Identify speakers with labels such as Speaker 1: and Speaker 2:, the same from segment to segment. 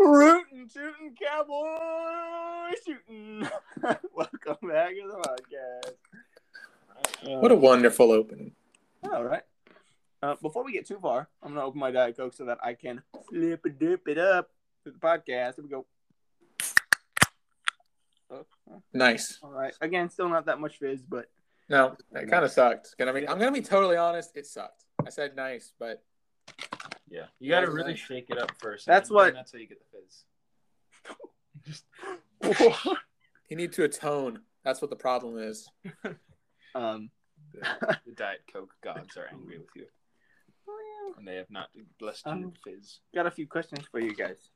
Speaker 1: Rootin' Tootin' Cowboy Shootin'. Welcome back to the podcast.
Speaker 2: What a wonderful opening.
Speaker 1: All right. Uh, before we get too far, I'm gonna open my Diet Coke so that I can flip it, dip it up to the podcast. Here we go.
Speaker 2: Nice.
Speaker 1: All right. Again, still not that much fizz, but
Speaker 2: No, that kind of sucked. Gonna be, I'm gonna be totally honest. It sucked. I said nice, but
Speaker 3: Yeah, you got to
Speaker 2: That's
Speaker 3: really
Speaker 2: nice.
Speaker 3: shake it up first.
Speaker 1: That's
Speaker 3: and
Speaker 1: what-
Speaker 3: then That's how you get the fizz.
Speaker 2: you need to atone. That's what the problem is.
Speaker 1: um,
Speaker 3: The, the diet coke gods are angry with you, and they have not blessed you
Speaker 1: Um,
Speaker 3: with fizz.
Speaker 1: got a few questions for you guys.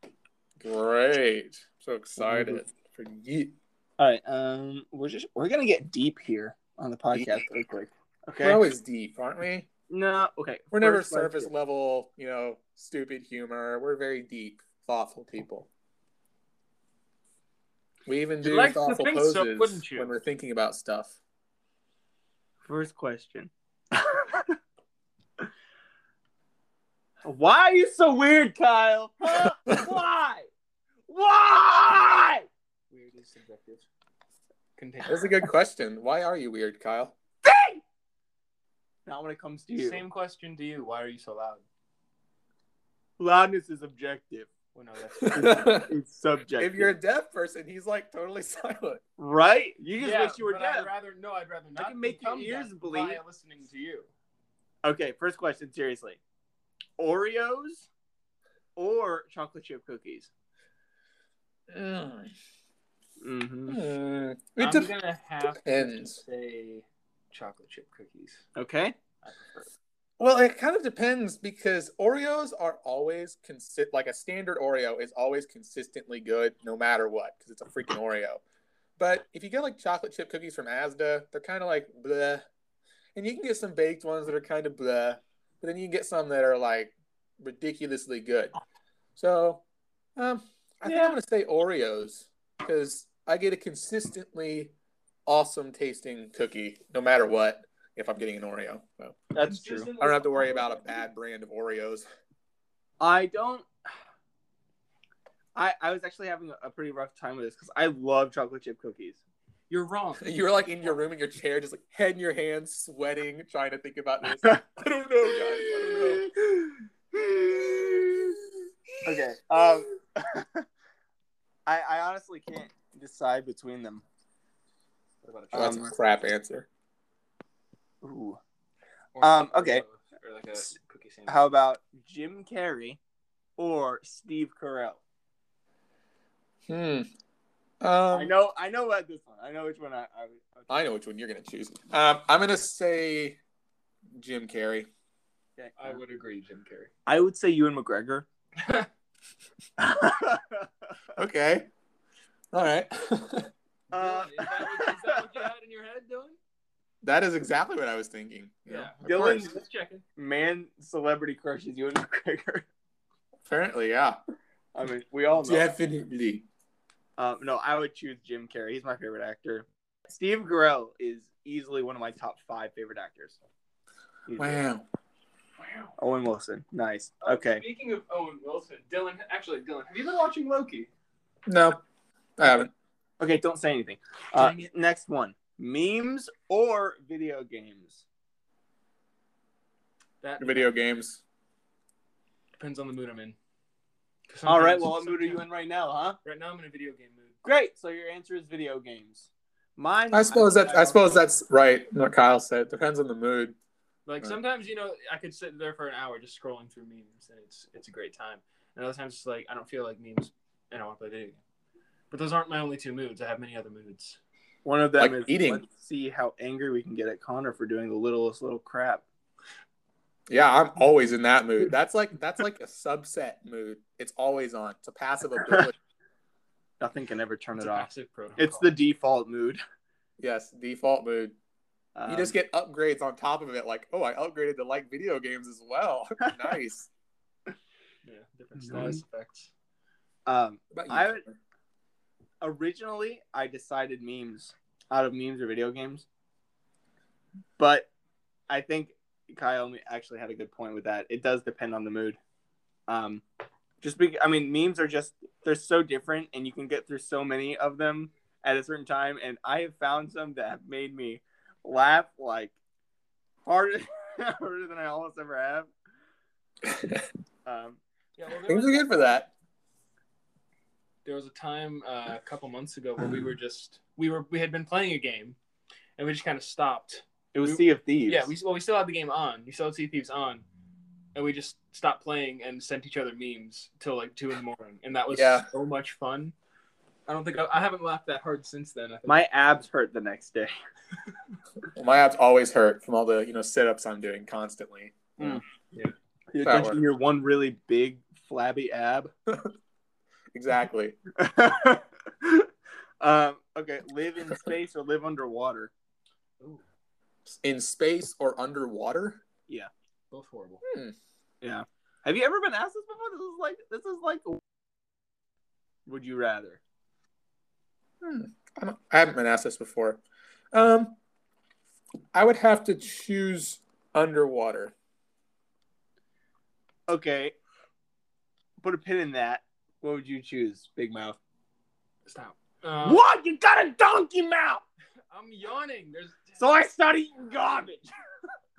Speaker 2: Great. So excited for you.
Speaker 1: All right. Um, we're just we're gonna get deep here on the podcast real quick.
Speaker 2: We're
Speaker 1: Okay.
Speaker 2: always deep, aren't we?
Speaker 1: No. Okay.
Speaker 2: We're never
Speaker 1: First, let's
Speaker 2: surface
Speaker 1: get-
Speaker 2: level, you know, stupid humor. We're very deep, thoughtful people. We even do
Speaker 3: like to
Speaker 2: thoughtful
Speaker 3: think
Speaker 2: poses
Speaker 3: so, wouldn't you?
Speaker 2: when we're thinking about stuff.
Speaker 1: First question. Why are you so weird, Kyle? Huh? Why? Why?
Speaker 3: Weird is subjective. Continue.
Speaker 2: That's a good question. Why are you weird, Kyle?
Speaker 1: Not when it comes to you.
Speaker 3: Same question to you. Why are you so loud?
Speaker 1: Loudness is objective.
Speaker 3: Well, no, that's
Speaker 2: if
Speaker 1: It's subjective.
Speaker 2: you're a deaf person, you he's like totally silent.
Speaker 1: right, you just
Speaker 3: Yeah,
Speaker 1: wish you were
Speaker 3: but
Speaker 1: deaf.
Speaker 3: I'd rather no. I'd rather not.
Speaker 1: can make your
Speaker 3: become
Speaker 1: ears
Speaker 3: deaf
Speaker 1: bleed.
Speaker 3: by listening to you.
Speaker 1: Okay, first question, seriously. Oreos or chocolate chip cookies? Mm-hmm.
Speaker 2: Mm.
Speaker 3: I'm
Speaker 2: It dep-
Speaker 3: gonna have
Speaker 2: depends.
Speaker 3: to say chocolate chip cookies.
Speaker 1: Okay.
Speaker 3: I prefer.
Speaker 2: well, it kind of depends because Oreos are always consi- like a standard Oreo is always consistently good no matter what because it's a freaking Oreo. But if you get like chocolate chip cookies from Asda, they're kind of like bleh. And you can get some baked ones that are kind of bleh, but then you can get some that are like ridiculously good. So, um, I think
Speaker 3: Yeah.
Speaker 2: I'm gonna say Oreos because I get a consistently awesome tasting cookie no matter what if I'm getting an Oreo. So
Speaker 1: That's true.
Speaker 3: Consistent
Speaker 2: I don't
Speaker 3: with
Speaker 2: have to worry
Speaker 3: all
Speaker 2: about a
Speaker 3: of them.
Speaker 2: bad brand of Oreos.
Speaker 1: I don't. I I was actually having a pretty rough time with this because I love chocolate chip cookies.
Speaker 3: You're wrong.
Speaker 2: You were like in your room in your chair, just like head in your hands, sweating, trying to think about this. I don't know, guys. Oh, I don't know.
Speaker 1: okay. Um, I I honestly can't decide between them.
Speaker 3: What about a
Speaker 2: Oh,
Speaker 1: Um,
Speaker 2: That's
Speaker 3: chocolate
Speaker 2: a crap answer.
Speaker 1: Ooh.
Speaker 3: or
Speaker 1: Um,
Speaker 3: like
Speaker 1: okay.
Speaker 3: a- Or like a
Speaker 1: S-
Speaker 3: cookie sandwich.
Speaker 1: How about Jim Carrey or Steve Carell?
Speaker 2: Hmm. Um,
Speaker 1: I know I know about this one. I know which one I. I, would-
Speaker 2: I know which one you're gonna choose. Um, I'm gonna say Jim Carrey.
Speaker 1: okay.
Speaker 3: I would agree, Jim Carrey.
Speaker 1: I would say Ewan McGregor.
Speaker 2: Okay. All right.
Speaker 1: Uh,
Speaker 3: Dylan, is, that what, is that what you had in your head, Dylan?
Speaker 2: that is exactly what I was thinking. of
Speaker 1: Dylan-
Speaker 2: course.
Speaker 3: Just checking.
Speaker 1: Man, celebrity crushes Ewan McGregor.
Speaker 2: Apparently, yeah.
Speaker 1: I mean, we all know.
Speaker 2: Definitely.
Speaker 1: Um, no, I would choose Jim Carrey. He's my favorite actor. Steve Carell is easily one of my top five favorite actors. Easily.
Speaker 2: Wow.
Speaker 3: Wow.
Speaker 1: Owen Wilson, nice.
Speaker 3: Uh,
Speaker 1: Okay,
Speaker 3: Speaking of Owen Wilson, Dylan, actually, Dylan, have you been watching Loki?
Speaker 2: No, I haven't.
Speaker 1: okay. Don't say anything. Uh,
Speaker 3: Dang it.
Speaker 1: next one: memes or video games?
Speaker 3: That
Speaker 2: Video games.
Speaker 3: depends on the mood I'm in.
Speaker 1: All right. Well, what mood are you in right now, huh?
Speaker 3: Right now, I'm in a video game mood.
Speaker 1: Great. So your answer is video games. Mine.
Speaker 2: I suppose that's. I suppose that's right. What Kyle said depends on the mood.
Speaker 3: Like
Speaker 2: Right.
Speaker 3: sometimes, you know, I could sit there for an hour just scrolling through memes, and it's it's a great time. And other times, it's like I don't feel like memes, and I want to play video game. But those aren't my only two moods. I have many other moods.
Speaker 1: One of them
Speaker 2: Like
Speaker 1: is
Speaker 2: eating.
Speaker 1: Let's see how angry we can get at Connor for doing the littlest little crap.
Speaker 2: Yeah, I'm always in that mood. That's like that's like a subset mood. It's always on. It's a passive ability.
Speaker 1: Nothing can ever turn
Speaker 3: It's
Speaker 1: it
Speaker 3: a
Speaker 1: off.
Speaker 3: passive protocol.
Speaker 1: It's the default mood.
Speaker 2: yes, default mood.
Speaker 1: Um,
Speaker 2: You just get upgrades on top of it. Like, oh, I upgraded to like video games as well. nice.
Speaker 3: yeah, different
Speaker 1: Mm-hmm.
Speaker 3: status effects.
Speaker 1: um,
Speaker 2: What
Speaker 1: I would- originally I decided memes out of memes or video games, but I think Kyle actually had a good point with that. It does depend on the mood. Um, Just be, I mean, memes are just they're so different, and you can get through so many of them at a certain time. And I have found some that have made me laugh like harder, harder than I almost ever have. Um,
Speaker 3: Yeah, well, there,
Speaker 2: Things
Speaker 3: was,
Speaker 2: are good for that.
Speaker 3: there was a time uh, a couple months ago where we were just we were we had been playing a game, and we just kind of stopped.
Speaker 1: it was
Speaker 3: We-
Speaker 1: Sea of Thieves.
Speaker 3: Yeah, we well we still had the game on. You still had Sea of Thieves on, and we just stopped playing and sent each other memes till like two in the morning, and that was
Speaker 2: Yeah.
Speaker 3: so much fun. I don't think I, I haven't laughed that hard since then. I think.
Speaker 1: my abs hurt the next day.
Speaker 2: Well, my abs always hurt from all the you know sit ups I'm doing constantly.
Speaker 1: Pay
Speaker 2: That
Speaker 1: attention to your one really big flabby ab.
Speaker 2: Exactly.
Speaker 1: um, okay, live in space or live underwater.
Speaker 3: Ooh,
Speaker 2: In space or underwater?
Speaker 3: both horrible.
Speaker 1: Have you ever been asked this before? This is like this is like. Would you rather?
Speaker 2: I, don't, I haven't been asked this before. Um, I would have to choose underwater.
Speaker 1: Okay, put a pin in that. What would you choose, Big Mouth?
Speaker 3: Stop. Um,
Speaker 1: what you got a donkey mouth?
Speaker 3: I'm yawning. There's
Speaker 1: So I start eating garbage.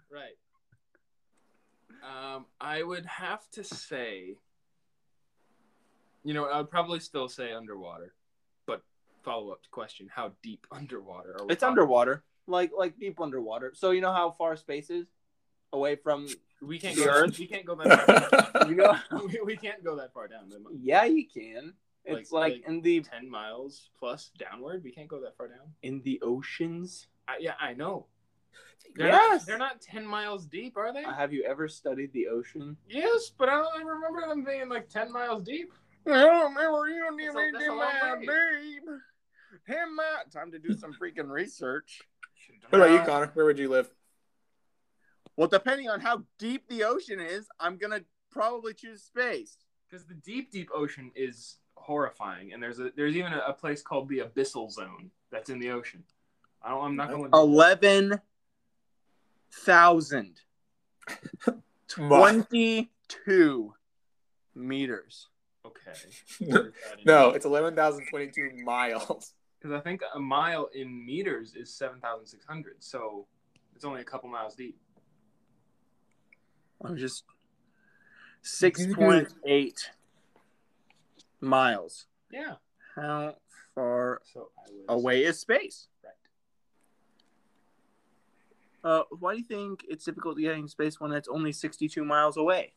Speaker 3: right. Um, I would have to say, you know, I would probably still say underwater, but follow up to question: How deep underwater? Are we
Speaker 1: It's
Speaker 3: talking?
Speaker 1: underwater, like like deep underwater. So you know how far space is away from.
Speaker 3: We can't
Speaker 1: The
Speaker 3: go.
Speaker 1: earth?
Speaker 3: We can't go that. Far.
Speaker 1: You
Speaker 2: I
Speaker 1: know.
Speaker 3: we, we can't go that far down. The mo-
Speaker 1: yeah, you can. It's
Speaker 3: Like-
Speaker 1: like,
Speaker 3: like-
Speaker 1: in the
Speaker 3: Ten miles plus downward. We can't go that far down.
Speaker 1: in the oceans.
Speaker 3: I, yeah, I know. They're
Speaker 1: Yes.
Speaker 3: Not, they're not ten miles deep, are they?
Speaker 1: Uh, Have you ever studied the ocean?
Speaker 3: yes, but I don't I remember them being like ten miles deep.
Speaker 1: I don't remember you
Speaker 3: That's a- that's a long way.
Speaker 1: babe. Hey, my time to do some freaking research.
Speaker 3: Should've done
Speaker 2: What about you,
Speaker 1: uh,
Speaker 3: that.
Speaker 2: Connor? Where would you live?
Speaker 1: Well, depending on how deep the ocean is, I'm gonna probably choose space.
Speaker 3: because the deep deep ocean is horrifying and there's a there's even a, a place called the abyssal zone that's in the ocean i don't i'm not going
Speaker 2: Oh.
Speaker 3: to
Speaker 1: Eleven thousand twenty-two meters.
Speaker 3: okay
Speaker 2: No, it's 11,022 miles.
Speaker 3: because i think a mile in meters is 7600 so it's only a couple miles deep
Speaker 1: I'm just six point eight miles.
Speaker 3: yeah
Speaker 1: How far
Speaker 3: so i would
Speaker 1: away is space?
Speaker 3: Right.
Speaker 1: Uh, why do you think it's difficult to get in space when it's only 62 miles away?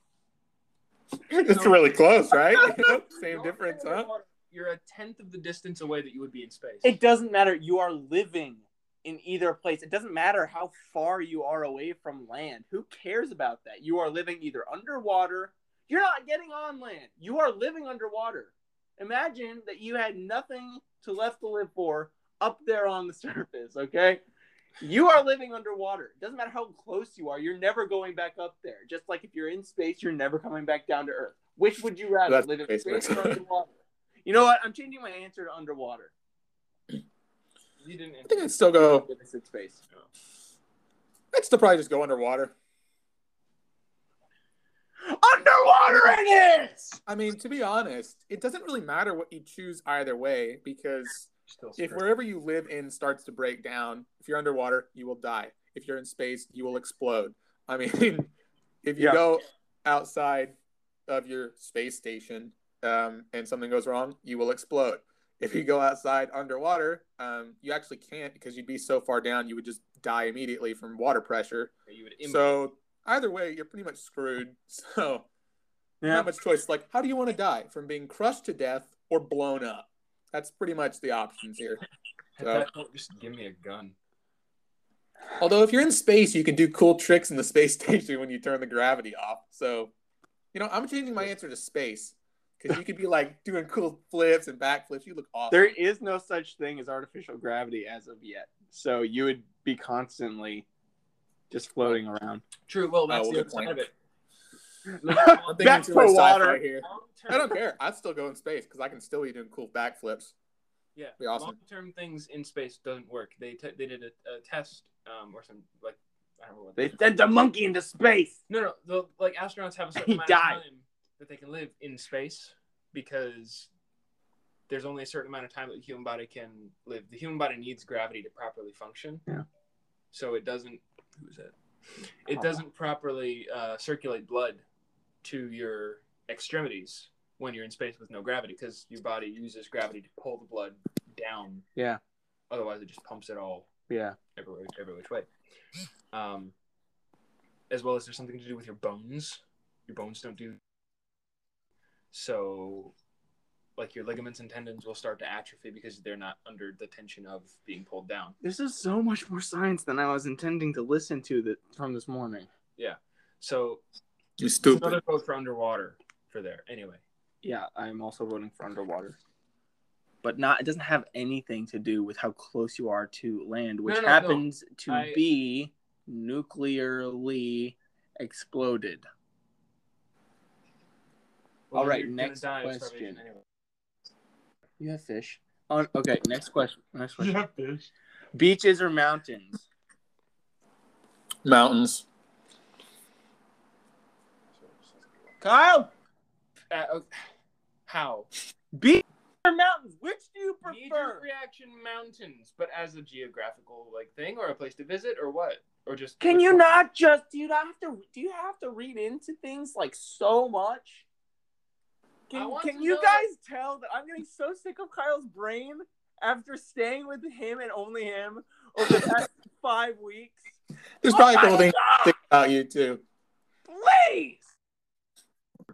Speaker 2: It's really close, right? Same difference, huh?
Speaker 3: you're a tenth of the distance away that you would be in space
Speaker 1: It doesn't matter. You are living in either place. It doesn't matter how far you are away from land. Who cares about that? You are living either underwater. You're not getting on land. You are living underwater. Imagine that you had nothing to left to live for up there on the surface, okay? You are living underwater. It doesn't matter how close you are. You're never going back up there. Just like if you're in space, you're never coming back down to Earth. Which would you rather
Speaker 2: That's
Speaker 1: live in
Speaker 2: basically-
Speaker 1: space or underwater? You know what? I'm changing my answer to underwater.
Speaker 3: you didn't
Speaker 2: I think I'd still go.
Speaker 1: Give us its space.
Speaker 2: I'd still probably just go underwater.
Speaker 1: Underwater it is.
Speaker 2: I mean, to be honest, it doesn't really matter what you choose either way because
Speaker 3: still
Speaker 2: if wherever you live in starts to break down, if you're underwater, you will die. If you're in space, you will explode. I mean, if you
Speaker 1: Yeah.
Speaker 2: go outside of your space station um, and something goes wrong, you will explode. If you go outside underwater, um, you actually can't because you'd be so far down, you would just die immediately from water pressure.
Speaker 3: you would
Speaker 2: So either way, you're pretty much screwed. So not much choice. Like, how do you want to die? From being crushed to death or blown up? That's pretty much the options here.
Speaker 3: at
Speaker 2: so-
Speaker 3: that point, just give me a gun
Speaker 2: Although if you're in space, you can do cool tricks in the space station when you turn the gravity off. So, you know, I'm changing my answer to space because you could be like doing cool flips and backflips. You look awesome.
Speaker 1: There is no such thing as artificial gravity as of yet. So you would be constantly just floating around.
Speaker 3: true well that's
Speaker 2: Oh,
Speaker 3: the
Speaker 2: well,
Speaker 3: other side of
Speaker 2: good
Speaker 3: it
Speaker 2: I'm thinking
Speaker 1: Back
Speaker 2: too
Speaker 1: to
Speaker 2: much sci-fi
Speaker 1: water.
Speaker 2: here.
Speaker 3: Long-term-
Speaker 2: I don't care. I'd still go in space because I can still be doing cool backflips.
Speaker 3: Yeah,
Speaker 2: Be awesome.
Speaker 3: long-term things in space doesn't work. They t- they did a, a test um, or some like I don't know what
Speaker 1: They sent a monkey into space.
Speaker 3: No, no, the, like astronauts have a certain
Speaker 1: He
Speaker 3: amount
Speaker 1: died.
Speaker 3: of time that they can live in space because there's only a certain amount of time that the human body can live. The human body needs gravity to properly function.
Speaker 1: Yeah.
Speaker 3: So it doesn't. Who's that? It doesn't properly uh, circulate blood to your extremities when you're in space with no gravity because your body uses gravity to pull the blood down.
Speaker 1: Yeah.
Speaker 3: Otherwise, it just pumps it all
Speaker 1: Yeah.
Speaker 3: every which, every which way. Um, as well as there's something to do with your bones. Your bones don't do so. Like your ligaments and tendons will start to atrophy because they're not under the tension of being pulled down.
Speaker 1: This is so much more science than I was intending to listen to that from this morning.
Speaker 3: So
Speaker 2: You
Speaker 3: it's
Speaker 2: stupid.
Speaker 3: another vote for underwater for there. Anyway,
Speaker 1: Yeah, I'm also voting for underwater. But not it doesn't have anything to do with how close you are to land, which
Speaker 3: no, no.
Speaker 1: happens to
Speaker 3: I-
Speaker 1: be nuclearly exploded. All
Speaker 3: then
Speaker 1: right,
Speaker 3: you're gonna
Speaker 1: next
Speaker 3: die of starvation
Speaker 1: question.
Speaker 3: anyway.
Speaker 1: You have fish. Oh, okay, next question. Next question.
Speaker 3: Yeah, bitch.
Speaker 1: Beaches or mountains?
Speaker 2: Mountains.
Speaker 1: Kyle,
Speaker 3: Uh, okay. how?
Speaker 1: beaches or mountains? Which do you
Speaker 3: Knee-jerk
Speaker 1: prefer?
Speaker 3: reaction mountains, but as a geographical like thing or a place to visit or what? Or just
Speaker 1: Can
Speaker 3: which
Speaker 1: you
Speaker 3: one?
Speaker 1: not just do you not have to do you have to read into things like so much?
Speaker 3: I
Speaker 1: Can,
Speaker 3: want
Speaker 1: can
Speaker 3: to
Speaker 1: you
Speaker 3: know.
Speaker 1: guys tell that I'm getting so sick of Kyle's brain after staying with him and only him over the past five weeks?
Speaker 2: There's probably
Speaker 1: Oh my
Speaker 2: people thing
Speaker 1: God,
Speaker 2: think about you too.
Speaker 1: please.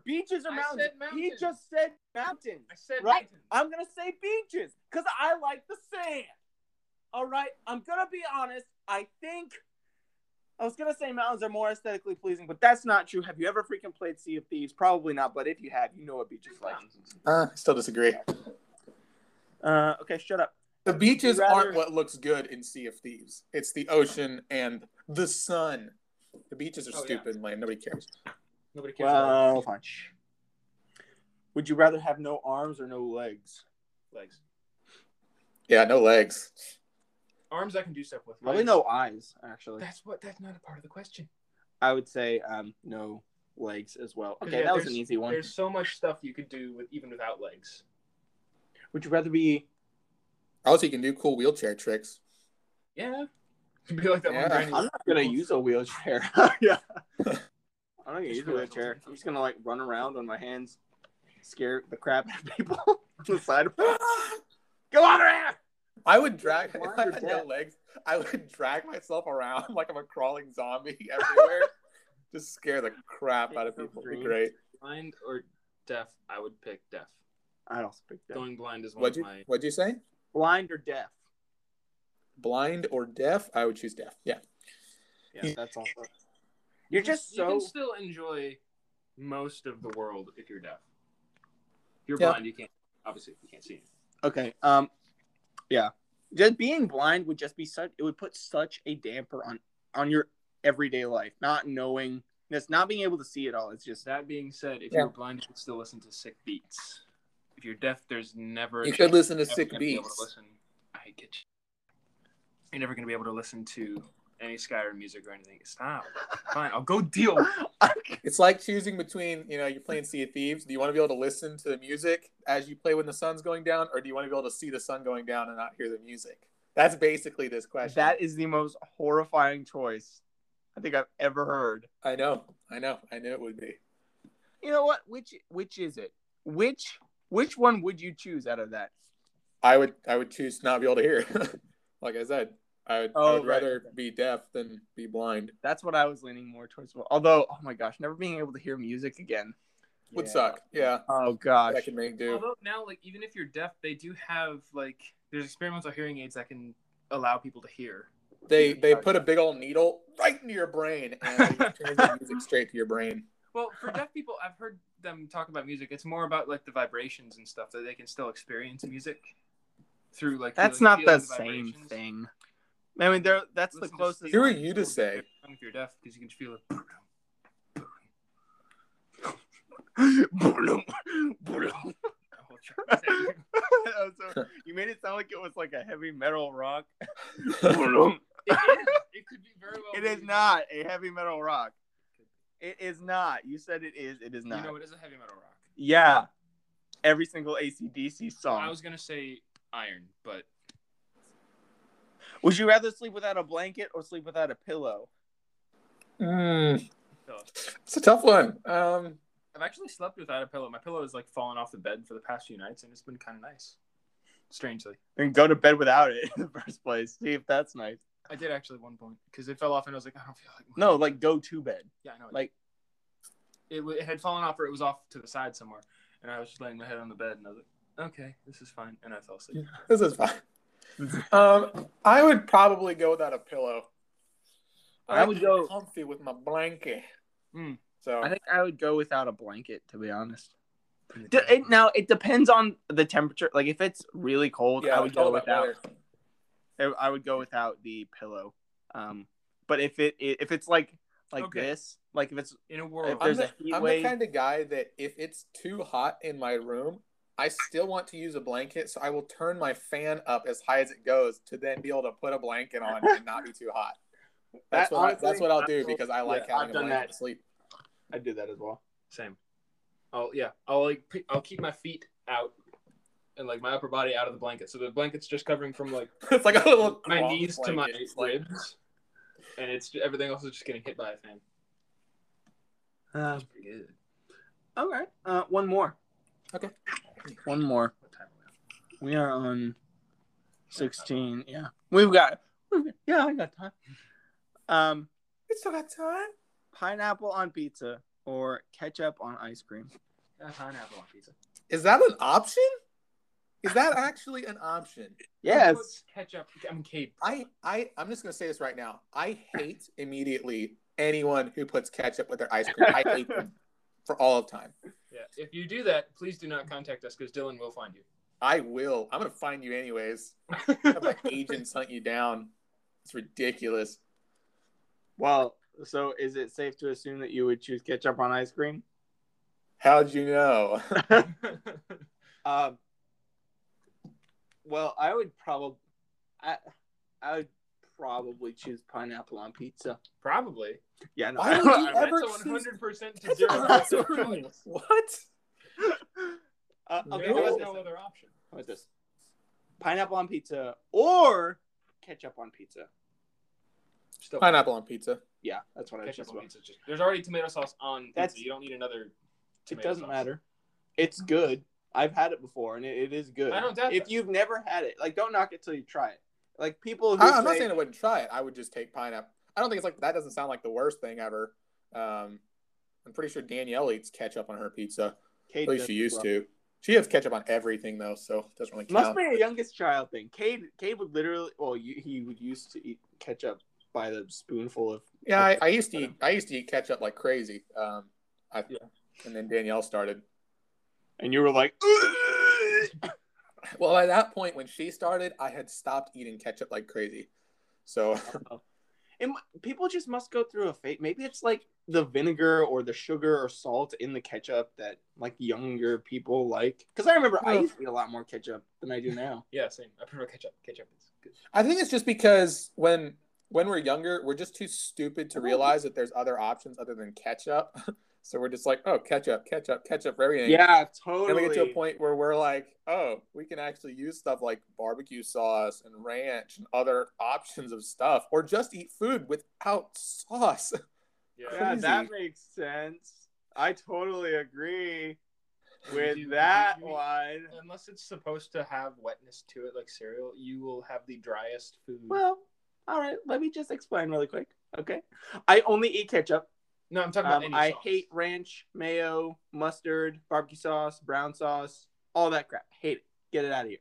Speaker 1: Beaches or
Speaker 3: I
Speaker 1: mountains?
Speaker 3: said
Speaker 1: He
Speaker 3: mountains.
Speaker 1: just said mountains.
Speaker 3: I said
Speaker 1: Right.
Speaker 3: mountains.
Speaker 1: I'm gonna say beaches because I like the sand. All right, I'm gonna be honest. I think I was gonna say mountains are more aesthetically pleasing, but that's not true. Have you ever freaking played Sea of Thieves? Probably not, but if you have, you know what beaches
Speaker 3: Just
Speaker 1: like.
Speaker 3: mountains.
Speaker 2: Uh, I still disagree.
Speaker 1: Uh, okay, shut up.
Speaker 2: The beaches
Speaker 1: You'd rather-
Speaker 2: aren't what looks good in Sea of Thieves. It's the ocean and the sun. The beaches are
Speaker 3: Oh, yeah.
Speaker 2: stupid and lame. Nobody cares.
Speaker 3: Nobody cares. about
Speaker 1: Well, punch. Would you rather have no arms or no legs?
Speaker 3: legs.
Speaker 2: Yeah, no legs.
Speaker 3: Arms I can do stuff with.
Speaker 1: Probably
Speaker 3: Legs-
Speaker 1: no eyes, actually.
Speaker 3: That's what. That's not a part of the question.
Speaker 1: I would say um, no legs as well.
Speaker 3: 'Cause,
Speaker 1: Okay,
Speaker 3: yeah,
Speaker 1: that was an
Speaker 3: there's-
Speaker 1: easy one.
Speaker 3: There's so much stuff you could do with even without legs.
Speaker 1: Would you rather be
Speaker 2: Also, you can do cool wheelchair tricks.
Speaker 3: Yeah. To be like that
Speaker 2: Yeah.
Speaker 3: one granny.
Speaker 1: I'm not gonna use a wheelchair. Oh, yeah. I'm not gonna use a wheelchair. I'm just gonna like run around on my hands, scare the crap out of people on the side of Go over here!
Speaker 2: I would drag if
Speaker 1: Why
Speaker 2: I
Speaker 1: your
Speaker 2: had no
Speaker 1: dad?
Speaker 2: legs. I would drag myself around like I'm a crawling zombie everywhere. Just scare the crap out of people. It'd be great.
Speaker 3: blind or deaf. I would pick deaf.
Speaker 1: I don't speak deaf.
Speaker 3: Going blind is one
Speaker 2: What'd
Speaker 3: of
Speaker 2: you
Speaker 3: my.
Speaker 2: What'd you say?
Speaker 1: Blind or deaf.
Speaker 2: Blind or deaf? I would choose deaf. Yeah.
Speaker 1: Yeah, that's also. You're just
Speaker 3: You
Speaker 1: so
Speaker 3: can still enjoy most of the world if you're deaf. If you're
Speaker 2: Yeah.
Speaker 3: blind, you can't. Obviously, you can't see. it.
Speaker 1: okay. Um, yeah. Just being blind would just be such. It would put such a damper on on your everyday life. Not knowing this, not being able to see it all. It's just
Speaker 3: That being said, if
Speaker 2: Yeah.
Speaker 3: you're blind, you can still listen to sick beats. If you're deaf, there's never. a
Speaker 2: You
Speaker 3: chance
Speaker 2: could listen to
Speaker 3: you're never
Speaker 2: sick
Speaker 3: gonna be able to
Speaker 2: beats.
Speaker 3: listen. I get you. You're never gonna be able to listen to any Skyrim music or anything. Stop. Fine, I'll go deal. with it.
Speaker 2: It's like choosing between, you know, you're playing Sea of Thieves. Do you want to be able to listen to the music as you play when the sun's going down, or do you want to be able to see the sun going down and not hear the music? That's basically this question.
Speaker 1: that is the most horrifying choice I think I've ever heard.
Speaker 2: I know, I know, I knew it would be.
Speaker 1: You know what? Which which is it? Which which one would you choose out of that?
Speaker 2: I would I would choose to not be able to hear. like I said, I would, I
Speaker 1: Oh,
Speaker 2: would
Speaker 1: right.
Speaker 2: rather be deaf than be blind.
Speaker 1: That's what I was leaning more towards. Although, oh my gosh, never being able to hear music again.
Speaker 2: Would
Speaker 3: Yeah.
Speaker 2: suck. Yeah,
Speaker 1: Oh
Speaker 2: that I
Speaker 1: gosh.
Speaker 2: can make do.
Speaker 3: Although now, like even if you're deaf, they do have like there's experimental hearing aids that can allow people to hear.
Speaker 2: They they put a big old needle right into your brain and it turns the music straight to your brain.
Speaker 3: Well, for deaf people, I've heard them talk about music. It's more about like the vibrations and stuff that they can still experience music through like
Speaker 1: That's not
Speaker 3: feeling-
Speaker 1: the
Speaker 3: feeling
Speaker 1: same
Speaker 3: vibrations.
Speaker 1: thing. I mean, there. That's the
Speaker 3: Listen to
Speaker 1: closest.
Speaker 2: Who are you to say?
Speaker 3: If you're deaf, because you can feel it.
Speaker 1: Boom, boom. Oh, So, you made it sound like it was like a heavy metal rock. Boom.
Speaker 3: it, is, it could be very well.
Speaker 1: it is not a heavy metal rock. It is not. You said it is. It is not.
Speaker 3: You know, it is a heavy metal rock.
Speaker 1: yeah. Every single ACDC song.
Speaker 3: I was gonna say iron, but
Speaker 1: Would you rather sleep without a blanket or sleep without a pillow?
Speaker 2: Mm,
Speaker 3: pillow.
Speaker 2: it's a tough one. Um,
Speaker 3: I've actually slept without a pillow. My pillow has like fallen off the bed for the past few nights, and it's been kind of nice. Strangely,
Speaker 1: And go to bed without it in the first place. See if that's nice.
Speaker 3: I did actually at one point because it fell off, and I was like, I don't feel like moving.
Speaker 1: No, like go to bed.
Speaker 3: yeah, I know.
Speaker 1: Like
Speaker 3: it, w- it had fallen off, or it was off to the side somewhere, and I was just laying my head on the bed, and I was like, okay, this is fine, and I fell asleep.
Speaker 2: this is fine. Um, I would probably go without a pillow.
Speaker 1: I would
Speaker 2: I'm
Speaker 1: go- Hmm.
Speaker 2: comfy with my blanket.
Speaker 3: Mm.
Speaker 2: So
Speaker 1: I think I would go without a blanket to be honest. D- it, now it depends on the temperature. Like if it's really cold, I would
Speaker 2: it's all
Speaker 1: go
Speaker 2: about
Speaker 1: without.
Speaker 2: weather.
Speaker 1: I would go without the pillow. Um, but if it if it's like like
Speaker 3: Okay.
Speaker 1: this, like if it's
Speaker 3: In a world,
Speaker 1: If there's
Speaker 2: I'm
Speaker 1: a
Speaker 2: the,
Speaker 1: heat
Speaker 2: I'm
Speaker 1: wave-
Speaker 2: the kind of guy that if it's too hot in my room, I still want to use a blanket, so I will turn my fan up as high as it goes to then be able to put a blanket on and not be too hot. That's
Speaker 1: That
Speaker 2: what
Speaker 1: honestly-
Speaker 2: I, that's what I'll do because I like
Speaker 3: Yeah,
Speaker 2: having
Speaker 3: I've
Speaker 2: a
Speaker 3: done
Speaker 2: blanket
Speaker 3: that.
Speaker 2: to sleep.
Speaker 1: I do that as well.
Speaker 3: Same. I'll yeah. I'll like pe- I'll keep my feet out and like my upper body out of the blanket, so the blanket's just covering from like
Speaker 2: it's like a little
Speaker 3: my
Speaker 2: cloth
Speaker 3: knees to my
Speaker 2: blanket. It's like-
Speaker 3: ribs, and it's everything else is just getting hit by a fan.
Speaker 1: Uh,
Speaker 3: That's pretty good.
Speaker 1: all right. Uh, one more.
Speaker 2: Okay.
Speaker 1: One more.
Speaker 3: What time are we on?
Speaker 1: We are on sixteen. Yeah, we've got. we've got- Yeah, I got time. Um,
Speaker 2: We still got time.
Speaker 1: pineapple on pizza or ketchup on ice cream.
Speaker 3: Yeah, pineapple on pizza.
Speaker 2: Is that an option? Is that actually an option?
Speaker 1: Yes.
Speaker 3: What's Ketchup. I mean, cape.
Speaker 2: I, I I'm just gonna say this right now. I hate immediately anyone who puts ketchup with their ice cream. I hate them for all of time.
Speaker 3: Yeah. If you do that, please do not contact us because Dylan will find you.
Speaker 2: I will. I'm gonna find you anyways. Have my agents hunt you down. It's ridiculous.
Speaker 1: Well, so is it safe to assume that you would choose ketchup on ice cream?
Speaker 2: How'd you know?
Speaker 1: Um. Well, I would probably, I, I would probably choose pineapple on pizza.
Speaker 3: Probably.
Speaker 1: Yeah. No,
Speaker 2: Why would you
Speaker 1: I-
Speaker 2: ever
Speaker 3: That's
Speaker 2: choose-
Speaker 3: a 100% to
Speaker 2: Ketchup
Speaker 3: zero.
Speaker 2: on
Speaker 1: ice
Speaker 3: percent
Speaker 2: cream.
Speaker 3: choice.
Speaker 2: what?
Speaker 1: Uh,
Speaker 3: There
Speaker 1: okay,
Speaker 3: is
Speaker 1: how about
Speaker 3: no
Speaker 1: this?
Speaker 3: other option.
Speaker 1: How about this? Pineapple on pizza or ketchup on pizza?
Speaker 3: Still,
Speaker 2: Pineapple on pizza.
Speaker 1: Yeah, that's what I
Speaker 3: ketchup
Speaker 1: choose.
Speaker 3: on pizza. Just, there's already tomato sauce on pizza.
Speaker 1: That's-
Speaker 3: you don't need another.
Speaker 1: It
Speaker 3: Tomato
Speaker 1: doesn't
Speaker 3: sauce.
Speaker 1: matter. It's good. I've had it before, and it, it is good.
Speaker 3: I don't doubt
Speaker 1: if
Speaker 3: that.
Speaker 1: you've never had it, like don't knock it till you try it. Like people who
Speaker 2: I, am
Speaker 1: say,
Speaker 2: not saying I wouldn't try it. I would just take pineapple. I don't think it's like that. Doesn't sound like the worst thing ever. Um, I'm pretty sure Danielle eats ketchup on her pizza.
Speaker 1: Cade
Speaker 2: At least
Speaker 1: does
Speaker 2: she
Speaker 1: as
Speaker 2: used
Speaker 1: well.
Speaker 2: to. She has ketchup on everything though, so it doesn't really
Speaker 1: Must
Speaker 2: count.
Speaker 1: be a youngest child thing. Cade, Cade would literally, well, you, he would used to eat ketchup by the spoonful of.
Speaker 2: Yeah, I, I used to eat. I used to eat ketchup like crazy. Um, I,
Speaker 3: Yeah.
Speaker 2: and then Danielle started.
Speaker 1: And you were like,
Speaker 2: Well, at that point when she started, I had stopped eating ketchup like crazy. So
Speaker 1: and Oh. people just must go through a phase. Maybe it's like the vinegar or the sugar or salt in the ketchup that like younger people like. Because I remember I
Speaker 2: Yeah.
Speaker 1: used to eat a lot more ketchup than I do now.
Speaker 3: Yeah, same. I prefer ketchup. Ketchup is good.
Speaker 2: I think it's just because when when we're younger, we're just too stupid to realize that there's other options other than ketchup. So we're just like, oh, ketchup, ketchup, ketchup for everything.
Speaker 1: Yeah,
Speaker 2: And
Speaker 1: totally.
Speaker 2: we get to a point where we're like, oh, we can actually use stuff like barbecue sauce and ranch and other options of stuff, or just eat food without sauce.
Speaker 3: Yeah.
Speaker 1: Yeah,
Speaker 2: Crazy.
Speaker 1: that makes sense. I totally agree with
Speaker 3: You- you-
Speaker 1: that
Speaker 3: you-
Speaker 1: one.
Speaker 3: Unless it's supposed to have wetness to it, like cereal, you will have the driest food.
Speaker 1: Well, all right. Let me just explain really quick. Okay. I only eat ketchup.
Speaker 3: no, I'm talking about
Speaker 1: Um,
Speaker 3: any
Speaker 1: I
Speaker 3: sauce.
Speaker 1: hate ranch, mayo, mustard, barbecue sauce, brown sauce, all that crap. Hate it. Get it out of here.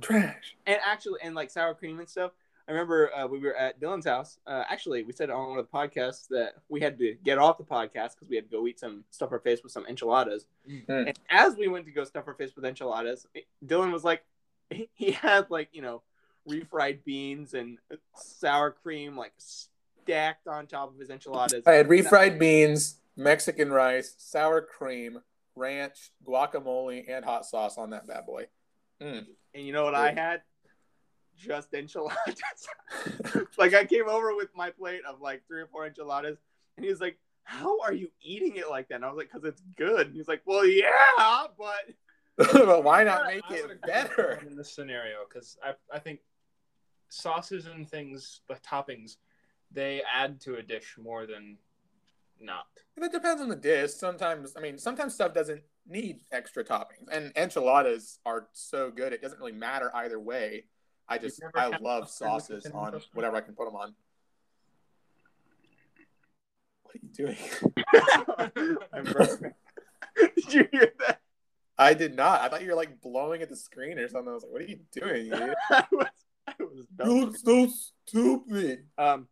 Speaker 2: Trash.
Speaker 1: And actually, and like sour cream and stuff. I remember uh, we were at Dylan's house. Uh, actually, we said on one of the podcasts that we had to get off the podcast because we had to go eat some stuff our face with some enchiladas.
Speaker 3: Mm.
Speaker 1: And as we went to go stuff our face with enchiladas, Dylan was like, he had like you know refried beans and sour cream like stacked on top of his enchiladas.
Speaker 2: I had refried beans, Mexican rice, sour cream, ranch, guacamole, and hot sauce on that bad boy. Mm.
Speaker 1: And you know what I
Speaker 2: Dude.
Speaker 1: had? Just enchiladas. like I came over with my plate of like three or four enchiladas, and he was like, how are you eating it like that? And I was like, because it's good. And he's like, well, yeah, but
Speaker 2: but why not
Speaker 1: Yeah,
Speaker 2: make
Speaker 3: I would've
Speaker 2: it
Speaker 3: gone
Speaker 2: better?
Speaker 3: in this scenario because I, I think sauces and things like toppings they add to a dish more than not
Speaker 2: It depends on the dish. Sometimes, I mean, sometimes stuff doesn't need extra toppings, and enchiladas are so good it doesn't really matter either way. I just
Speaker 3: never
Speaker 2: I
Speaker 3: had mustard
Speaker 2: love
Speaker 3: with
Speaker 2: sauces
Speaker 3: chicken
Speaker 2: on
Speaker 3: mustard?
Speaker 2: whatever I can put them on. What are you doing?
Speaker 1: I'm broken. Did you hear that?
Speaker 2: I did not. I thought you were like blowing at the screen or something. I was like, "What are you doing? dude?
Speaker 1: I was, I was
Speaker 2: you
Speaker 1: done.
Speaker 2: look so stupid."
Speaker 1: Um,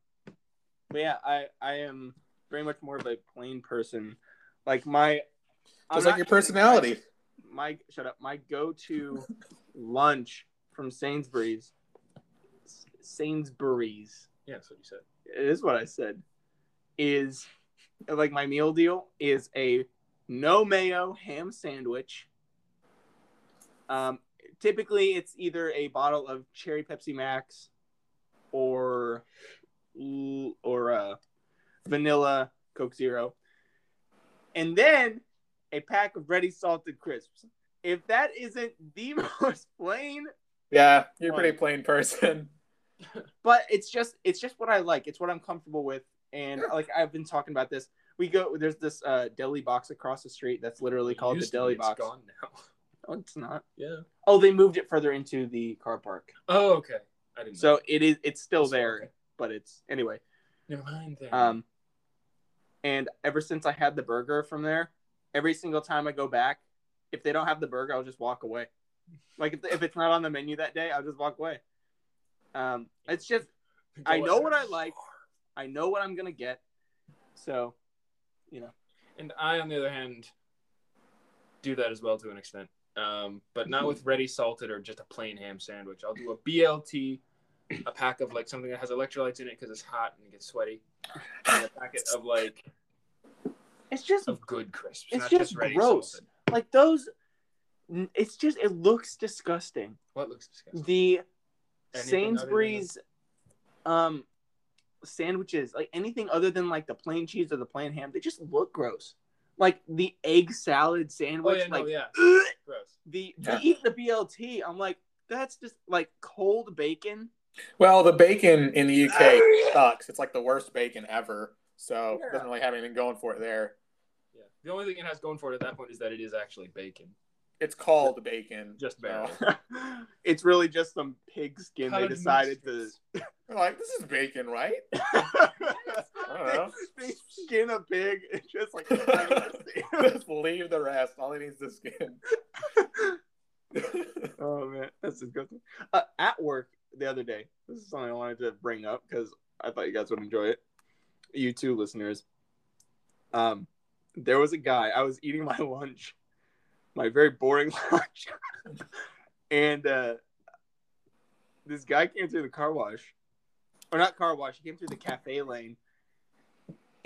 Speaker 1: but yeah, I I am very much more of a plain person. Like my, I'm not
Speaker 2: Just like your
Speaker 1: kidding.
Speaker 2: personality.
Speaker 1: My shut up. My go-to lunch from Sainsbury's. S- Sainsbury's.
Speaker 3: yeah that's what you said
Speaker 1: It is what I said. Is like my meal deal is a no mayo ham sandwich. Um, typically it's either a bottle of cherry Pepsi Max or or uh, vanilla Coke Zero, and then a pack of ready salted crisps. If that isn't the most plain
Speaker 2: Yeah, you're a pretty plain person.
Speaker 1: but it's just it's just what I like. It's what I'm comfortable with, and
Speaker 2: Yeah.
Speaker 1: like I've been talking about this. We go there's this uh, deli box across the street that's literally called the
Speaker 3: Used to be,
Speaker 1: deli
Speaker 3: it's
Speaker 1: box.
Speaker 3: gone now
Speaker 1: Oh, it's not.
Speaker 3: yeah
Speaker 1: Oh, they moved it further into the car park,
Speaker 3: oh okay i didn't know.
Speaker 1: so it is it's still
Speaker 3: It's
Speaker 1: there,
Speaker 3: okay.
Speaker 1: but it's anyway.
Speaker 3: never mind there
Speaker 1: Um, and ever since I had the burger from there, every single time I go back, if they don't have the burger, I'll just walk away. Like if, if it's not on the menu that day, I'll just walk away. Um, it's just I know what I like. I know what I'm gonna get. So, you know,
Speaker 3: And I, on the other hand, do that as well to an extent, um, but not with ready salted or just a plain ham sandwich. I'll do a BLT, a pack of like something that has electrolytes in it because it's hot and it gets sweaty, and a packet of like
Speaker 1: it's just
Speaker 3: of good crisps.
Speaker 1: It's
Speaker 3: not
Speaker 1: just gross.
Speaker 3: salted.
Speaker 1: like those. n- It's just it looks disgusting.
Speaker 3: What looks disgusting?
Speaker 1: The
Speaker 3: Anything other than
Speaker 1: Sainsbury's, um, sandwiches like anything other than like the plain cheese or the plain ham, they just look gross. Like the egg salad
Speaker 3: Oh
Speaker 1: sandwich,
Speaker 3: yeah, no,
Speaker 1: like
Speaker 3: yeah,
Speaker 1: "Ugh!"
Speaker 3: gross.
Speaker 1: the
Speaker 2: Yeah.
Speaker 1: eat the BLT. I'm like that's just like cold bacon.
Speaker 2: Well, the bacon in the UK sucks. It's like the worst bacon ever. So
Speaker 1: Yeah.
Speaker 2: it doesn't really have anything going for it there.
Speaker 3: Yeah. The only thing it has going for it at that point is that it is actually bacon.
Speaker 2: It's called bacon.
Speaker 3: Just barely.
Speaker 2: So,
Speaker 1: it's really just some pig skin they
Speaker 3: Covered in
Speaker 1: decided to.
Speaker 3: mustard.
Speaker 2: we're like, this is bacon, right? I don't know.
Speaker 1: they, they skin a pig and just like
Speaker 2: Just leave the rest. All he needs is skin.
Speaker 1: oh man that's disgusting uh, at work the other day this is something i wanted to bring up because i thought you guys would enjoy it you too listeners um there was a guy i was eating my lunch my very boring lunch and uh this guy came through the car wash or not car wash he came through the cafe lane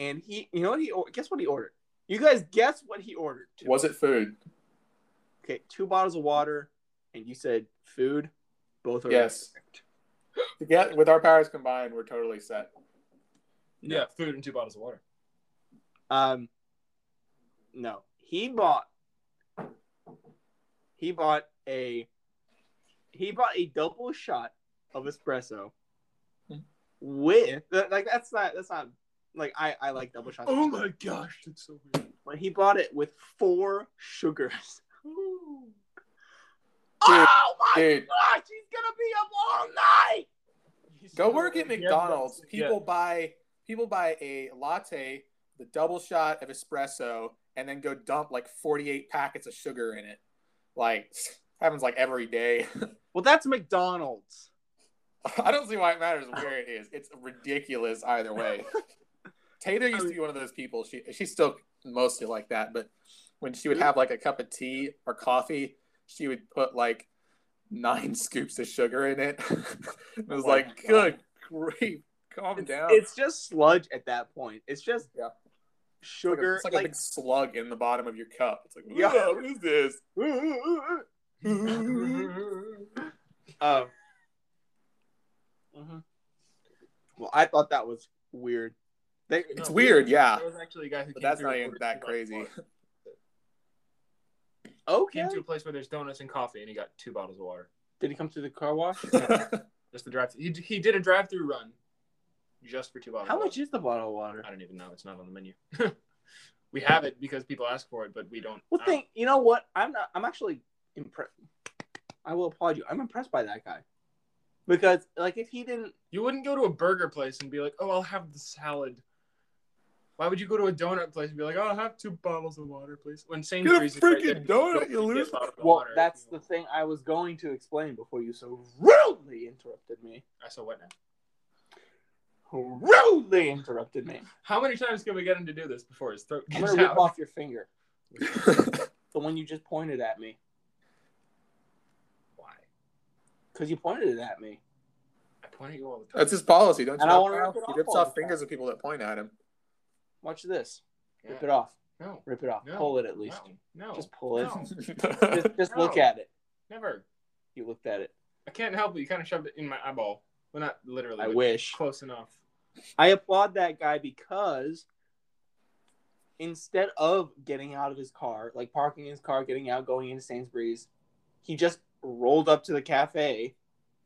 Speaker 1: and he you know what he or- guess what he ordered you guys guess what he ordered
Speaker 2: Was it food?
Speaker 1: Okay, two bottles of water, and you said food. Both are
Speaker 2: Yes.
Speaker 1: incorrect.
Speaker 2: Yeah, with our powers combined, we're totally set.
Speaker 3: Yeah, food and two bottles of water.
Speaker 1: Um, no, he bought. He bought a. He bought a double shot of espresso.
Speaker 2: Hmm.
Speaker 1: With like that's not that's not like I I like double shots. of espresso.
Speaker 3: gosh, that's so weird.
Speaker 1: But he bought it with four sugars.
Speaker 2: Dude,
Speaker 1: oh my
Speaker 2: dude.
Speaker 1: gosh, he's gonna be up all night.
Speaker 2: Go work at
Speaker 3: Yeah,
Speaker 2: McDonald's.
Speaker 3: that's- yeah.
Speaker 2: People buy people buy a latte, the double shot of espresso, and then go dump like 48 packets of sugar in it. Like happens like every day.
Speaker 1: Well, that's McDonald's.
Speaker 2: I don't see why it matters where it is. It's ridiculous either way. Tater used to be one of those people. She she's still mostly like that, but when she would have like a cup of tea or coffee, she would put like nine scoops of sugar in it. it was
Speaker 1: Oh my
Speaker 2: like,
Speaker 1: God.
Speaker 2: good grief, calm
Speaker 1: It's,
Speaker 2: down.
Speaker 1: it's just sludge at that point. It's just
Speaker 2: Yeah. It's like a-
Speaker 1: sugar.
Speaker 2: It's like,
Speaker 1: like,
Speaker 2: a big slug in the bottom of your cup. It's like,
Speaker 1: Yeah.
Speaker 2: "Whoa, what is this?
Speaker 1: Mm-hmm. Oh.
Speaker 2: Mm-hmm.
Speaker 1: Mhm. Well, I thought that was weird. They,
Speaker 2: It's weird, yeah.
Speaker 3: There was actually a guy who
Speaker 2: But
Speaker 3: came
Speaker 2: that's
Speaker 3: through
Speaker 2: not
Speaker 3: and
Speaker 2: even
Speaker 3: ordered
Speaker 2: that
Speaker 3: two by
Speaker 2: crazy.
Speaker 3: four.
Speaker 1: okay.
Speaker 3: Came to a place where there's donuts and coffee, and he got two bottles of water.
Speaker 1: Did he come to the car wash?
Speaker 3: Just the drive. He, he did a drive-through run, just for two bottles.
Speaker 1: How
Speaker 3: of water.
Speaker 1: much is the bottle of water?
Speaker 3: I don't even know. It's not on the menu. we have it because people ask for it, but we don't.
Speaker 1: Well,
Speaker 3: I don't-
Speaker 1: thing, you know what? I'm not. I'm actually impressed. I will applaud you. I'm impressed by that guy because, like, if he didn't,
Speaker 3: You wouldn't go to a burger place and be like, "Oh, I'll have the salad." Why would you go to a donut place and be like, "Oh, I'll have two bottles of water, please"? When Sainsbury's is right
Speaker 2: freaking
Speaker 3: there, you
Speaker 2: donut,
Speaker 3: don't
Speaker 2: you
Speaker 3: need to
Speaker 2: lose-
Speaker 3: get a bottle of
Speaker 1: well,
Speaker 3: water if
Speaker 1: that's
Speaker 3: you-
Speaker 1: the thing I was going to explain before you so rudely interrupted me.
Speaker 3: I saw what now.
Speaker 1: Rudely interrupted me.
Speaker 3: How many times can we get him to do this before his throat
Speaker 1: I'm
Speaker 3: gets
Speaker 1: gonna rip
Speaker 3: out?
Speaker 1: off your finger,
Speaker 2: Because
Speaker 1: the one you just pointed at me,
Speaker 3: Why?
Speaker 1: because you pointed it at me.
Speaker 3: I point at you all the time.
Speaker 2: That's his policy. Don't
Speaker 1: And
Speaker 2: you?
Speaker 1: I
Speaker 2: know,
Speaker 1: wanna
Speaker 2: Kyle?
Speaker 1: rip it
Speaker 2: he
Speaker 1: off
Speaker 2: rips
Speaker 1: all
Speaker 2: off
Speaker 1: the time.
Speaker 2: fingers of people that point at him.
Speaker 1: Watch this.
Speaker 3: Yeah.
Speaker 1: Rip it off.
Speaker 3: No,
Speaker 1: Rip it off.
Speaker 3: No.
Speaker 1: Pull it at least.
Speaker 3: no, no,
Speaker 1: Just pull it.
Speaker 3: No.
Speaker 1: Just, just
Speaker 3: No.
Speaker 1: look at it.
Speaker 3: never.
Speaker 1: You looked at it.
Speaker 3: I can't help it. You kind of shoved it in my eyeball. Well, not literally.
Speaker 1: I
Speaker 3: but
Speaker 1: wish.
Speaker 3: Close enough.
Speaker 1: I applaud that guy because instead of getting out of his car, like parking his car, getting out, going into Sainsbury's, he just rolled up to the cafe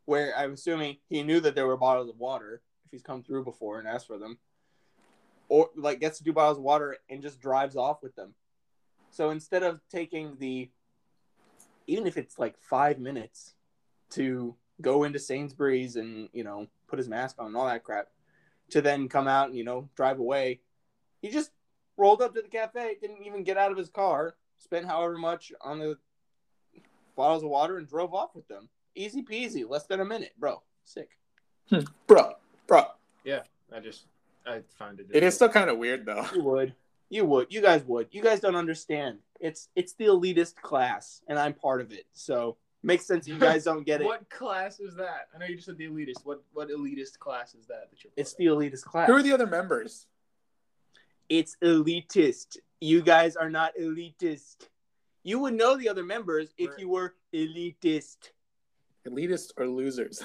Speaker 1: where I'm assuming he knew that there were bottles of water if he's come through before and asked for them. Or like gets to do bottles of water and just drives off with them. So instead of taking the even if it's like five minutes to go into Sainsbury's and, you know, put his mask on and all that crap, to then come out and you know drive away. He just rolled up to the cafe, didn't even get out of his car, spent however much on the bottles of water, and drove off with them. Easy peasy, less than a minute, bro. Sick.
Speaker 2: bro, bro.
Speaker 3: I just, I find it.
Speaker 2: It
Speaker 3: difficult.
Speaker 2: is still kind of weird though.
Speaker 1: You would, you would, you guys would. You guys don't understand. It's it's the elitist class, and I'm part of it. So makes sense you guys don't get it.
Speaker 3: What class is that? I know you just said the elitist. What what elitist class is that that you're?
Speaker 1: It's the
Speaker 3: part
Speaker 1: elitist class.
Speaker 2: Who are the other members?
Speaker 1: It's elitist. You guys are not elitist. You would know the other members if you were elitist.
Speaker 2: Elitists or losers?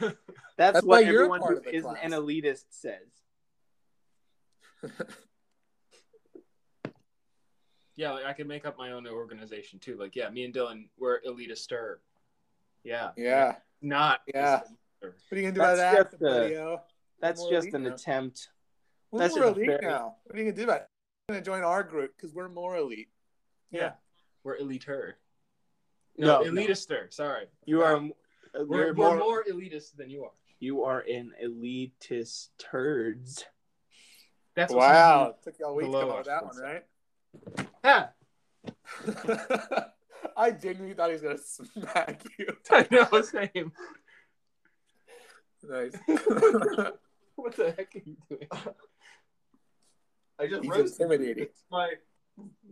Speaker 1: That's,
Speaker 2: That's
Speaker 1: what
Speaker 2: why you're a
Speaker 1: everyone
Speaker 2: part
Speaker 1: who
Speaker 2: of the
Speaker 1: isn't an
Speaker 2: class.
Speaker 1: elitist says.
Speaker 3: of? Yeah, like I can make up my own organization too. Like, yeah, me and Dylan, we're elitister. Yeah.
Speaker 2: Yeah.
Speaker 3: Not.
Speaker 2: Yeah. What are you gonna do
Speaker 1: That's
Speaker 2: about
Speaker 1: just
Speaker 2: that?
Speaker 1: a-
Speaker 2: Video?
Speaker 1: That's
Speaker 2: more
Speaker 1: just an
Speaker 2: elite now.
Speaker 1: attempt.
Speaker 2: We're
Speaker 1: that's
Speaker 2: more
Speaker 1: just a
Speaker 2: elite
Speaker 1: very-
Speaker 2: now. What are you gonna do about it? I'm gonna join our group because we're more elite.
Speaker 3: Yeah. We're eliter.
Speaker 1: No,
Speaker 3: No,
Speaker 1: no.
Speaker 3: elitister. Sorry.
Speaker 1: You are.
Speaker 3: We're,
Speaker 1: you're
Speaker 3: we're more,
Speaker 1: more,
Speaker 3: elitist than you are.
Speaker 1: You are an elitist turds.
Speaker 3: That's what
Speaker 2: Wow. Took y'all a week to
Speaker 3: Below
Speaker 2: come up
Speaker 3: us,
Speaker 2: with that
Speaker 3: let's
Speaker 2: one,
Speaker 3: some-
Speaker 2: right?
Speaker 3: Yeah.
Speaker 2: I genuinely thought he was gonna smack you.
Speaker 3: I know. Same.
Speaker 2: Nice.
Speaker 3: What the heck are you doing? I just
Speaker 2: He's
Speaker 3: roasted.
Speaker 2: intimidating.
Speaker 3: It's my.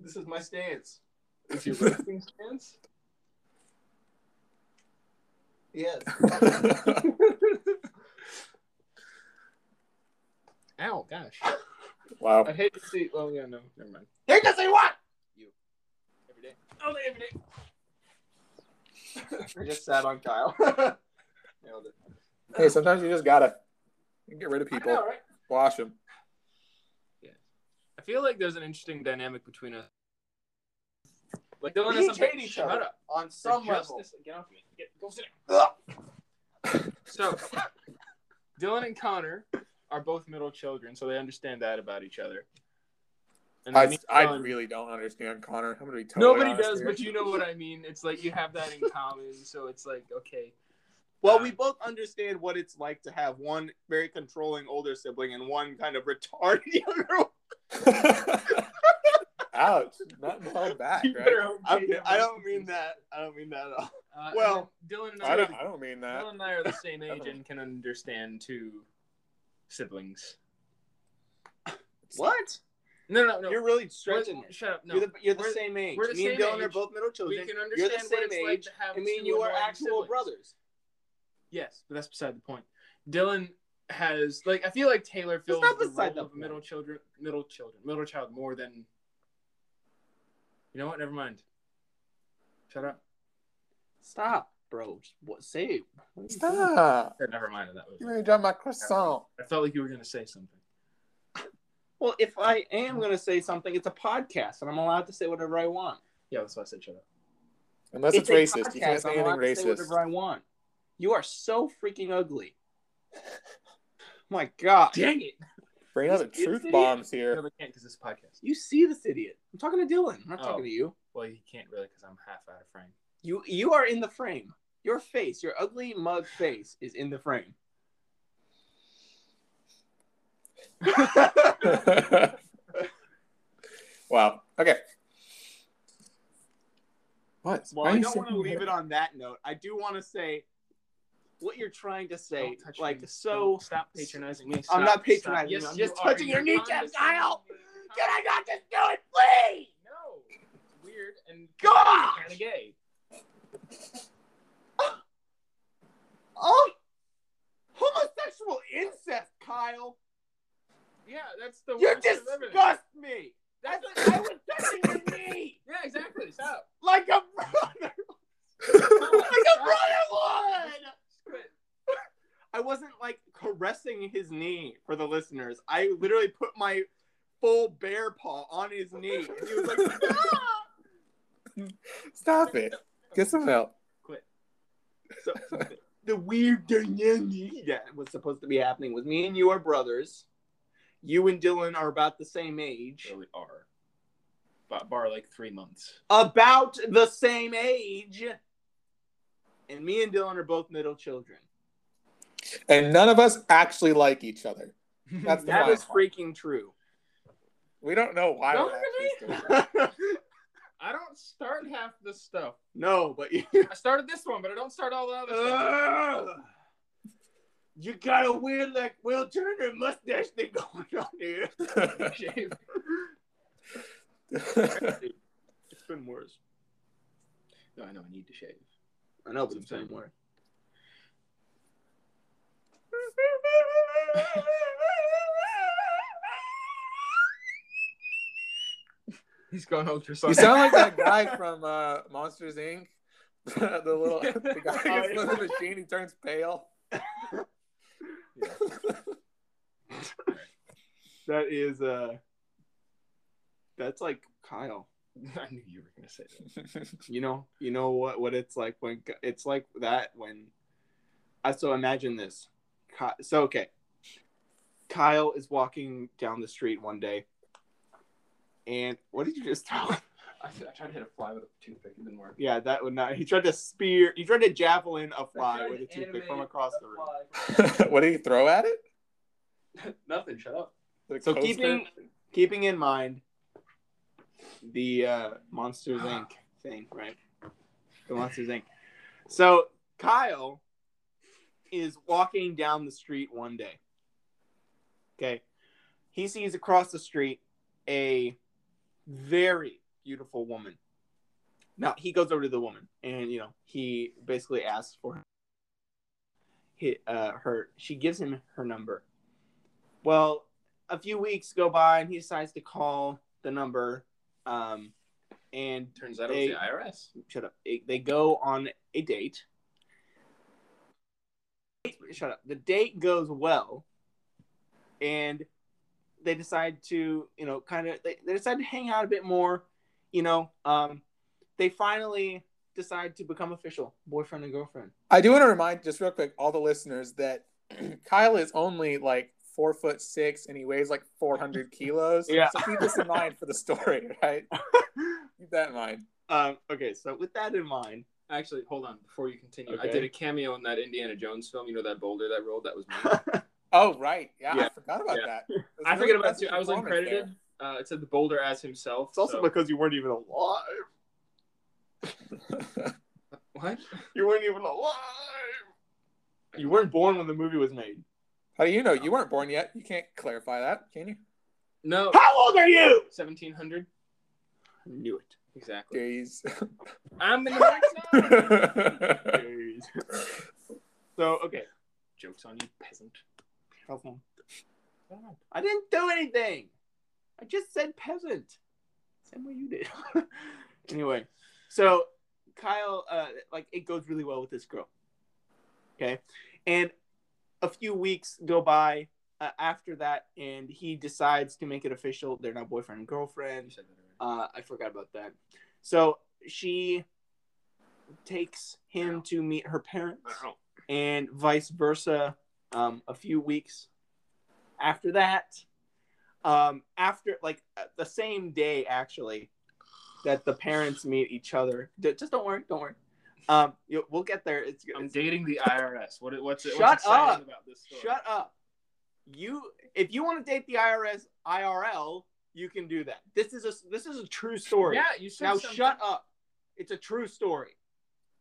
Speaker 3: This is my stance. Is your roasting stance? Yes. Ow, gosh.
Speaker 2: wow.
Speaker 3: I hate to see. Oh yeah, no, never mind.
Speaker 1: They just say what?
Speaker 3: Every day. Oh, every day.
Speaker 1: I just sat on Kyle.
Speaker 3: Nailed it.
Speaker 2: Hey, sometimes you just gotta get rid of
Speaker 3: I know,
Speaker 2: people.
Speaker 3: right?
Speaker 2: Wash them.
Speaker 3: I feel like there's an interesting dynamic between us. Like Dylan
Speaker 1: We
Speaker 3: has
Speaker 1: each
Speaker 3: something-
Speaker 1: hate each
Speaker 3: Shut
Speaker 1: other.
Speaker 3: up.
Speaker 1: On
Speaker 3: You're
Speaker 1: some
Speaker 3: just
Speaker 1: level.
Speaker 3: this- Get off me. Get, go sit down.
Speaker 1: Ugh.
Speaker 3: So, Dylan and Connor are both middle children, so they understand that about each other. And
Speaker 2: I,
Speaker 3: me
Speaker 2: I
Speaker 1: um,
Speaker 3: and Dylan-
Speaker 2: really don't understand Connor. I'm gonna be totally
Speaker 3: nobody
Speaker 2: honest
Speaker 3: does,
Speaker 2: here.
Speaker 3: but you know what I mean. It's like you have that in common, so it's like okay,
Speaker 1: Well, we both understand what it's like to have one very controlling older sibling and one kind of retarded younger. one.
Speaker 2: Ouch! Nothing held back,
Speaker 3: you
Speaker 2: right?
Speaker 3: better hope
Speaker 1: I'm-
Speaker 3: Jaden
Speaker 1: I don't
Speaker 3: listens.
Speaker 1: mean that. I don't mean that at all.
Speaker 3: Uh, and
Speaker 1: Well,
Speaker 3: then Dylan and I,
Speaker 2: I
Speaker 3: are
Speaker 2: don't.
Speaker 3: the-
Speaker 2: I don't mean that.
Speaker 3: Dylan and I are the same age
Speaker 2: don't.
Speaker 3: and can understand two siblings.
Speaker 1: What?
Speaker 3: No, no, no.
Speaker 1: You're really stretching
Speaker 3: We're-
Speaker 1: it.
Speaker 3: shut up. No,
Speaker 1: you're the, you're the
Speaker 3: We're-
Speaker 1: same age.
Speaker 3: we're the
Speaker 1: me and
Speaker 3: same
Speaker 1: Dylan are
Speaker 3: age.
Speaker 1: both middle
Speaker 3: we
Speaker 1: children.
Speaker 3: can
Speaker 1: you're
Speaker 3: understand
Speaker 1: the same
Speaker 3: what it's like
Speaker 1: age.
Speaker 3: to have
Speaker 1: I mean,
Speaker 3: two
Speaker 1: you are
Speaker 3: annoying
Speaker 1: actual
Speaker 3: siblings.
Speaker 1: brothers.
Speaker 3: Yes, but that's beside the point. Dylan has like I feel like Taylor fills
Speaker 1: not
Speaker 3: the
Speaker 1: beside
Speaker 3: role
Speaker 1: the
Speaker 3: of
Speaker 1: point.
Speaker 3: middle children, middle children, middle child more than. You know what? Never mind. Shut up.
Speaker 1: Stop, bro. Just What say? What is that?
Speaker 2: Stop!
Speaker 3: Yeah, Never mind. That
Speaker 2: You
Speaker 3: was.
Speaker 2: made me drop my croissant.
Speaker 3: I felt like you were gonna say something.
Speaker 1: Well, if I am going to say something, it's a podcast, and I'm allowed to say whatever I want.
Speaker 3: Yeah, that's why I said shut up.
Speaker 2: Unless it's,
Speaker 1: a
Speaker 2: racist, you can't
Speaker 1: podcast,
Speaker 2: say
Speaker 1: I'm
Speaker 2: anything
Speaker 1: allowed to Say
Speaker 2: racist.
Speaker 1: whatever I want. You are so freaking ugly. My God,
Speaker 3: Dang it!
Speaker 2: Bring out the
Speaker 1: It's-
Speaker 2: truth
Speaker 1: it's-
Speaker 2: bombs
Speaker 3: No,
Speaker 2: here.
Speaker 3: they can't because it's a podcast.
Speaker 1: you see this idiot? I'm talking to Dylan. I'm not
Speaker 3: Oh.
Speaker 1: talking to you.
Speaker 3: Well, you can't really because I'm half out of frame.
Speaker 1: You you are in the frame. Your face, your ugly mug face, is in the frame.
Speaker 2: wow. Okay. What?
Speaker 1: Well,
Speaker 2: Why are
Speaker 1: I
Speaker 2: you
Speaker 1: don't want to
Speaker 2: saying
Speaker 1: leave
Speaker 2: that?
Speaker 1: it on that note. I do want to say what you're trying to say.
Speaker 3: Don't touch
Speaker 1: Like
Speaker 3: me.
Speaker 1: so,
Speaker 3: Don't stop patronizing me.
Speaker 1: I'm
Speaker 3: Stop,
Speaker 1: not
Speaker 3: stop.
Speaker 1: patronizing.
Speaker 3: Yes,
Speaker 1: I'm
Speaker 3: you
Speaker 1: just
Speaker 3: are.
Speaker 1: touching your
Speaker 3: You're
Speaker 1: kneecap,
Speaker 3: condescending.
Speaker 1: Kyle. Can I not just do it, please?
Speaker 3: No, it's weird and
Speaker 1: Gosh!
Speaker 3: kind of gay.
Speaker 1: Oh, homosexual incest, Kyle.
Speaker 3: Yeah, that's the
Speaker 1: You
Speaker 3: worst of everything.
Speaker 1: disgust me. That's what I was touching your knee
Speaker 3: Yeah, exactly. Stop.
Speaker 1: like a brother, like a brother would.
Speaker 3: Quit.
Speaker 1: I wasn't like caressing his knee for the listeners. I literally put my full bear paw on his knee, and he was like, "Ah!"
Speaker 2: Stop it. Get some help.
Speaker 1: So the weird dynamic that was supposed to be happening was me and you are brothers. You and Dylan are about the same age.
Speaker 3: Really are. But bar like three months.
Speaker 1: About the same age. And me and Dylan are both middle children.
Speaker 2: And none of us actually like each other. That's the
Speaker 1: That
Speaker 2: wild
Speaker 1: is
Speaker 2: part.
Speaker 1: freaking true.
Speaker 2: We don't know why.
Speaker 3: Don't
Speaker 2: we're
Speaker 3: really?
Speaker 2: actually still-
Speaker 3: I don't start half the stuff.
Speaker 1: no, but you,
Speaker 3: I started this one, but I don't start all the other stuff.
Speaker 1: Ugh. you got a weird like Will Turner mustache thing going on here.
Speaker 3: Shave.
Speaker 1: It's been worse.
Speaker 3: No, I know I need to shave.
Speaker 1: I know, but it's been worse.
Speaker 3: He's gone ultrasonic.
Speaker 2: you sound like that guy from uh, Monsters Inc. the little the guy who gets with the machine, he turns pale.
Speaker 1: That is uh that's like Kyle.
Speaker 3: I knew you were gonna say that.
Speaker 1: You know, you know what what it's like when it's like that when I so imagine this. Ki- So okay. Kyle is walking down the street one day. And what did you just tell him?
Speaker 3: I, I tried to hit a fly with a toothpick. It didn't work.
Speaker 1: Yeah, that would not. He tried to spear. He tried to javelin a fly
Speaker 3: tried
Speaker 1: with a
Speaker 3: to
Speaker 1: toothpick
Speaker 3: animate
Speaker 1: from across the room.
Speaker 2: what do you throw at it?
Speaker 3: Nothing. Shut up.
Speaker 2: The
Speaker 1: So
Speaker 2: coaster?
Speaker 1: keeping keeping in mind the uh, Monsters
Speaker 2: Ah.
Speaker 1: Inc. thing, right? The Monsters Inc. So Kyle is walking down the street one day. Okay, he sees across the street a very beautiful woman. Now he goes over to the woman, and you know he basically asks for hi- uh, her. She gives him her number. Well, a few weeks go by and he decides to call the number um, and
Speaker 3: Turns out
Speaker 1: Hey.
Speaker 3: it was the IRS.
Speaker 1: shut up It- they go on a date shut up the date goes well and they decide to you know kind of they, they decide to hang out a bit more you know um, they finally decide to become official boyfriend and girlfriend
Speaker 2: I do want to remind just real quick all the listeners that Kyle is only like four foot six and he weighs like four hundred kilos.
Speaker 1: Yeah.
Speaker 2: So keep this in mind for the story, right? Keep that in mind.
Speaker 1: um, okay so with that in mind
Speaker 3: Actually, hold on before you continue.
Speaker 1: Okay.
Speaker 3: I did a cameo in that Indiana Jones film. You know that boulder that rolled? That was me.
Speaker 2: Oh right. Yeah, I
Speaker 3: Yeah.
Speaker 2: forgot about
Speaker 3: Yeah.
Speaker 2: that. It was
Speaker 3: I
Speaker 2: a
Speaker 3: forget about
Speaker 2: really
Speaker 3: it too.
Speaker 2: impressive
Speaker 3: I was
Speaker 2: performance
Speaker 3: uncredited. Uh, it said the boulder as himself.
Speaker 1: it's also
Speaker 3: so-
Speaker 1: because you weren't even alive
Speaker 2: there.
Speaker 3: what?
Speaker 1: you weren't even alive you weren't born when the movie was made
Speaker 2: How do you know? You weren't born yet. You can't clarify that, can you?
Speaker 3: No,
Speaker 1: How old are you?
Speaker 3: seventeen hundred.
Speaker 1: I knew it.
Speaker 3: Exactly.
Speaker 2: Jeez.
Speaker 3: I'm in the right side.
Speaker 1: so okay.
Speaker 3: Jokes on you, peasant.
Speaker 1: I didn't do anything. I just said peasant. Same way you did. anyway, so Kyle, uh, like it goes really well with this girl. Okay, and a few weeks go by. uh, after that, and he decides to make it official. They're now boyfriend and
Speaker 3: You
Speaker 1: girlfriend.
Speaker 3: said that already.
Speaker 1: Uh, I forgot about that. So she takes him to meet her parents,
Speaker 3: Wow.
Speaker 1: and vice versa. Um, a few weeks after that, um, after like uh, the same day, actually, that the parents meet each other. D- Just don't worry, don't worry. Um, you- we'll get there. It's,
Speaker 3: I'm
Speaker 1: it's
Speaker 3: dating the IRS. What, what's it?
Speaker 1: Shut
Speaker 3: what's exciting
Speaker 1: up.
Speaker 3: about this story?
Speaker 1: Shut up. You, if you want to date the IRS IRL, you can do that. This is a this is a true story.
Speaker 3: Yeah, you said
Speaker 1: now
Speaker 3: something.
Speaker 1: shut up. It's a true story.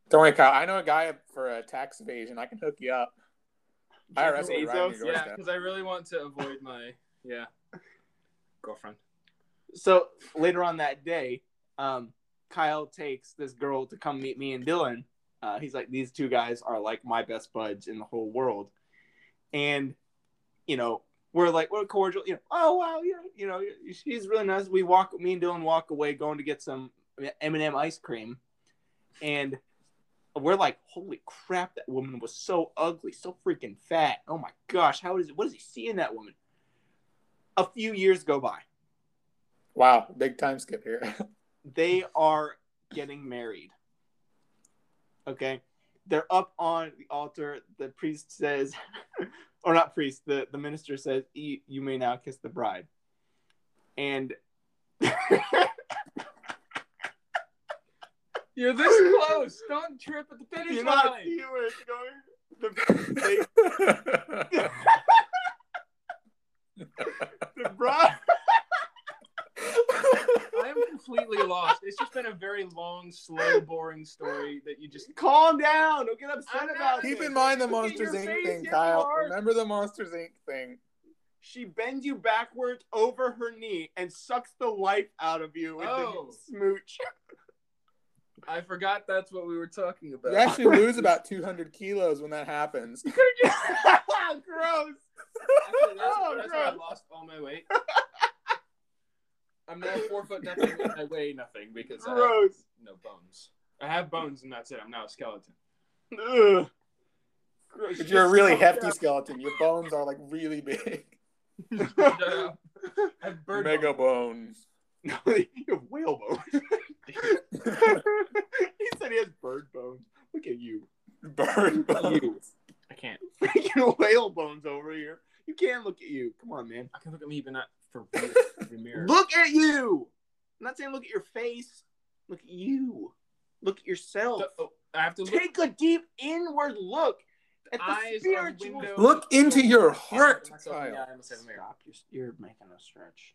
Speaker 2: Don't worry, Kyle. I know a guy for a tax evasion. I can hook you up. IRS will be right on your
Speaker 3: Yeah,
Speaker 2: doorstep.
Speaker 3: because I really want to avoid my yeah girlfriend.
Speaker 1: So later on that day, um, Kyle takes this girl to come meet me and Dylan. Uh, he's like, these two guys are like my best buds in the whole world, and you know we're like we're cordial. You know, oh wow, you know, you know she's really nice. We walk, me and Dylan walk away going to get some M and m ice cream, and we're like, holy crap, that woman was so ugly, so freaking fat. Oh my gosh, how is it? What is he seeing that woman? A few years go by
Speaker 2: Wow, big time skip here.
Speaker 1: they are getting married. Okay. They're up on the altar. The priest says, or not priest, the, the minister says, "You- You may now kiss the bride. And
Speaker 3: You're this close. Don't trip at the finish
Speaker 1: you're
Speaker 3: line.
Speaker 1: not see where it's going. The, they- the bride.
Speaker 3: I'm completely lost. It's just been a very long, slow, boring story that you just.
Speaker 1: Calm down. Don't get upset
Speaker 3: I'm not-
Speaker 1: about
Speaker 2: Keep
Speaker 1: this.
Speaker 2: in mind the
Speaker 3: Look at your
Speaker 2: Monsters Inc.
Speaker 3: face,
Speaker 2: thing,
Speaker 3: you're
Speaker 2: Kyle.
Speaker 3: hard.
Speaker 2: Remember the Monsters Inc. thing.
Speaker 1: She bends you backwards over her knee and sucks the life out of you with
Speaker 3: Oh.
Speaker 1: the smooch.
Speaker 3: I forgot that's what we were talking about.
Speaker 2: You actually lose about 200 kilos when that happens.
Speaker 1: Gross.
Speaker 3: Actually, that's,
Speaker 1: Oh,
Speaker 3: that's how I
Speaker 1: gross.
Speaker 3: lost all my weight. I'm now four foot nothing. and I weigh nothing because
Speaker 1: uh,
Speaker 3: I have
Speaker 1: Gross.
Speaker 3: no bones. I have bones and that's it. I'm now a skeleton.
Speaker 1: Ugh. Gross.
Speaker 2: But you're a really
Speaker 1: Just-
Speaker 2: hefty skeleton. Your bones are like really big.
Speaker 3: uh, I have bird bones.
Speaker 2: Mega bones.
Speaker 1: No, you have whale bones. he said he has bird bones. Look at you.
Speaker 2: Bird
Speaker 1: You.
Speaker 2: bones.
Speaker 3: I can't.
Speaker 1: Freaking whale bones over here. You can look at you. Come on, man.
Speaker 3: I can look at me, but not for real. the mirror.
Speaker 1: Look at you. I'm not saying look at your face. Look at you. Look at yourself.
Speaker 3: So- oh, I have to look.
Speaker 1: Take a deep inward look at the
Speaker 3: Eyes are
Speaker 1: spiritual.
Speaker 3: windows.
Speaker 2: Look into your heart,
Speaker 3: Myself in the
Speaker 2: Kyle.
Speaker 3: eye, I almost said mirror.
Speaker 1: Stop. You're, you're making a stretch.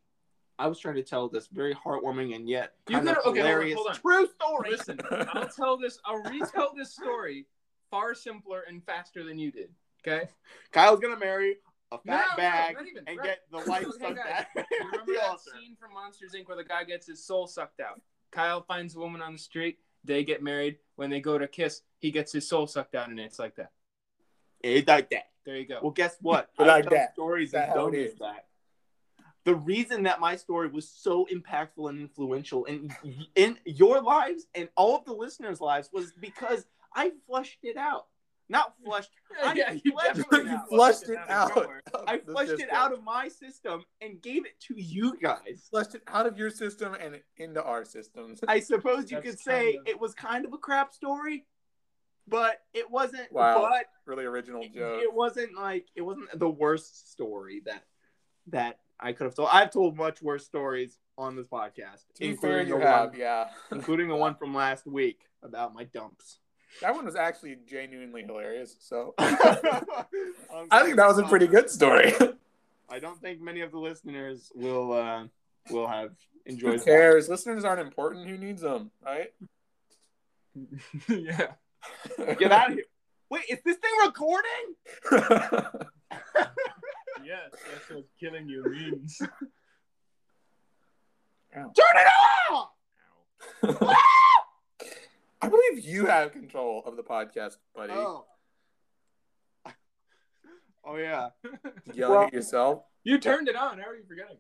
Speaker 1: I was trying to tell this very heartwarming and yet
Speaker 3: You
Speaker 1: kind
Speaker 3: could-
Speaker 1: of
Speaker 3: okay, hold on,
Speaker 1: hilarious
Speaker 3: hold on.
Speaker 1: true story.
Speaker 3: Listen, I'll tell this. I'll retell this story far simpler and faster than you did. Okay.
Speaker 1: Kyle's gonna marry a fat
Speaker 3: No, no, no,
Speaker 1: bag
Speaker 3: not even.
Speaker 1: and
Speaker 3: Right.
Speaker 1: get the life
Speaker 3: Okay,
Speaker 1: sucked
Speaker 3: guys.
Speaker 1: out.
Speaker 3: You remember that scene from Monsters Inc. where the guy gets his soul sucked out? Kyle finds a woman on the street. They get married. When they go to kiss, he gets his soul sucked out, and it's like that.
Speaker 1: It's like that.
Speaker 3: There you go.
Speaker 1: Well, guess what?
Speaker 2: But like
Speaker 1: tell
Speaker 2: that.
Speaker 1: Stories
Speaker 2: That
Speaker 1: as
Speaker 2: how
Speaker 1: dumb
Speaker 2: it
Speaker 1: as that. The reason that my story was so impactful and influential in in your lives and all of the listeners' lives was because I flushed it out. Not flushed. I flushed it
Speaker 3: definitely
Speaker 2: You
Speaker 1: out.
Speaker 2: flushed it out.
Speaker 3: Don't worry.
Speaker 1: I flushed it out of my system and gave it to you guys.
Speaker 2: flushed it out of your system and into our systems.
Speaker 1: I suppose you
Speaker 3: That's
Speaker 1: could say
Speaker 3: kind of-
Speaker 1: it was kind of a crap story, but it wasn't.
Speaker 2: Wow.
Speaker 1: But
Speaker 2: Really original
Speaker 1: it,
Speaker 2: joke.
Speaker 1: it wasn't like it wasn't the worst story that that I could have told. I've told much worse stories on this podcast,
Speaker 2: to be fair, you
Speaker 1: the
Speaker 2: have,
Speaker 1: one,
Speaker 2: yeah.
Speaker 1: including the one from last week about my dumps.
Speaker 2: That one was actually genuinely hilarious. So I
Speaker 1: I
Speaker 2: think that was a pretty good story.
Speaker 1: I don't think many of the listeners will uh, will have
Speaker 2: Who
Speaker 1: enjoyed. that.
Speaker 2: cares? Listeners aren't important. Who needs them, right?
Speaker 3: yeah.
Speaker 1: Get out of here! Wait, is this thing recording?
Speaker 3: Yes, that's what killing you means.
Speaker 1: Turn it off!
Speaker 2: I believe you have control of the podcast, buddy.
Speaker 1: Oh. oh yeah,
Speaker 2: Yelling
Speaker 1: Well-
Speaker 2: at yourself.
Speaker 3: You turned it on. How are you forgetting?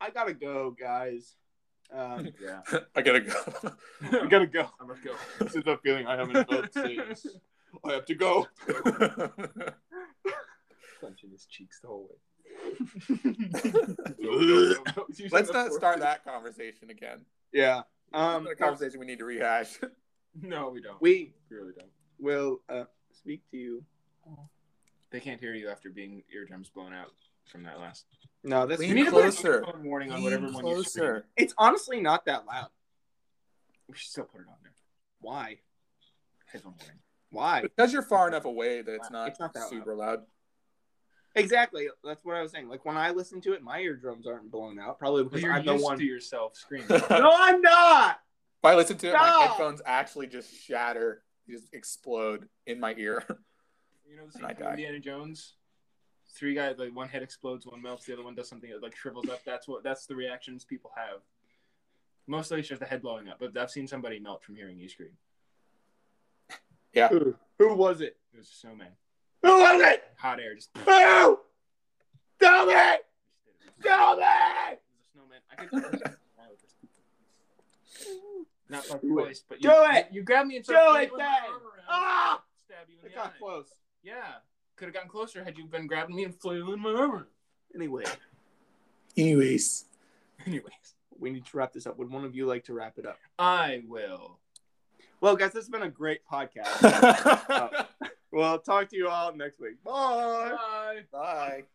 Speaker 1: I gotta go, guys. Um,
Speaker 3: Yeah.
Speaker 2: I gotta go.
Speaker 1: I gotta go.
Speaker 3: I'm gonna go.
Speaker 1: This is the feeling I haven't felt since. I have to go.
Speaker 3: Clenching his cheeks the whole way.
Speaker 2: Let's not start that conversation again.
Speaker 1: Yeah. Um,
Speaker 2: a conversation we need to rehash.
Speaker 3: No, we don't. We
Speaker 1: we
Speaker 3: really don't.
Speaker 1: will uh, speak to you.
Speaker 3: They can't hear you after being eardrums blown out from that last.
Speaker 1: No, that's
Speaker 2: Lean
Speaker 3: We need to put a
Speaker 2: closer.
Speaker 3: microphone warning on
Speaker 2: Lean
Speaker 3: whatever one you scream.
Speaker 1: it's honestly not that loud.
Speaker 3: We should still put it on there.
Speaker 1: Why?
Speaker 3: Headphone warning.
Speaker 1: Why?
Speaker 2: Because you're far enough away that it's not,
Speaker 1: It's not that
Speaker 2: super loud.
Speaker 1: Exactly. That's what I was saying. Like when I listen to it, my eardrums aren't blown out. Probably because
Speaker 3: You're
Speaker 1: I'm the
Speaker 3: used
Speaker 1: one.
Speaker 3: to yourself screaming.
Speaker 1: no, I'm not.
Speaker 2: If I listen to it, my
Speaker 1: Stop!
Speaker 2: headphones actually just shatter, they just explode in my ear.
Speaker 3: You know the
Speaker 2: I
Speaker 3: scene from
Speaker 2: die.
Speaker 3: Indiana Jones? Three guys, like one head explodes, one melts, the other one does something that like shrivels up. That's what that's the reactions people have. Mostly it's just the head blowing up, but I've seen somebody melt from hearing you scream.
Speaker 1: Who? Who was it?
Speaker 3: It was a snowman.
Speaker 1: Who was it?
Speaker 3: Hot air just it
Speaker 1: Who? Tell me.
Speaker 3: Ah!
Speaker 1: Tell me.
Speaker 3: was a snowman. I could not like
Speaker 1: Do it.
Speaker 3: twice, but
Speaker 1: Do
Speaker 3: you,
Speaker 1: it.
Speaker 3: You, grabbed me and
Speaker 1: Do
Speaker 3: started
Speaker 1: it,
Speaker 3: flailing
Speaker 1: Dave.
Speaker 3: my arm around,
Speaker 1: Ah!
Speaker 3: stab you in
Speaker 1: It
Speaker 3: the eye.
Speaker 1: got close.
Speaker 3: Yeah. Could have gotten closer had you been grabbing me and flailing my arm. around.
Speaker 1: Anyway,
Speaker 2: Anyways,
Speaker 3: Anyways.
Speaker 1: we need to wrap this up. Would one of you like to wrap it up?
Speaker 3: I will.
Speaker 1: Well, guys, this has been a great podcast.
Speaker 2: bye.
Speaker 1: we'll talk to you all next week. Bye.
Speaker 3: Bye.
Speaker 2: Bye.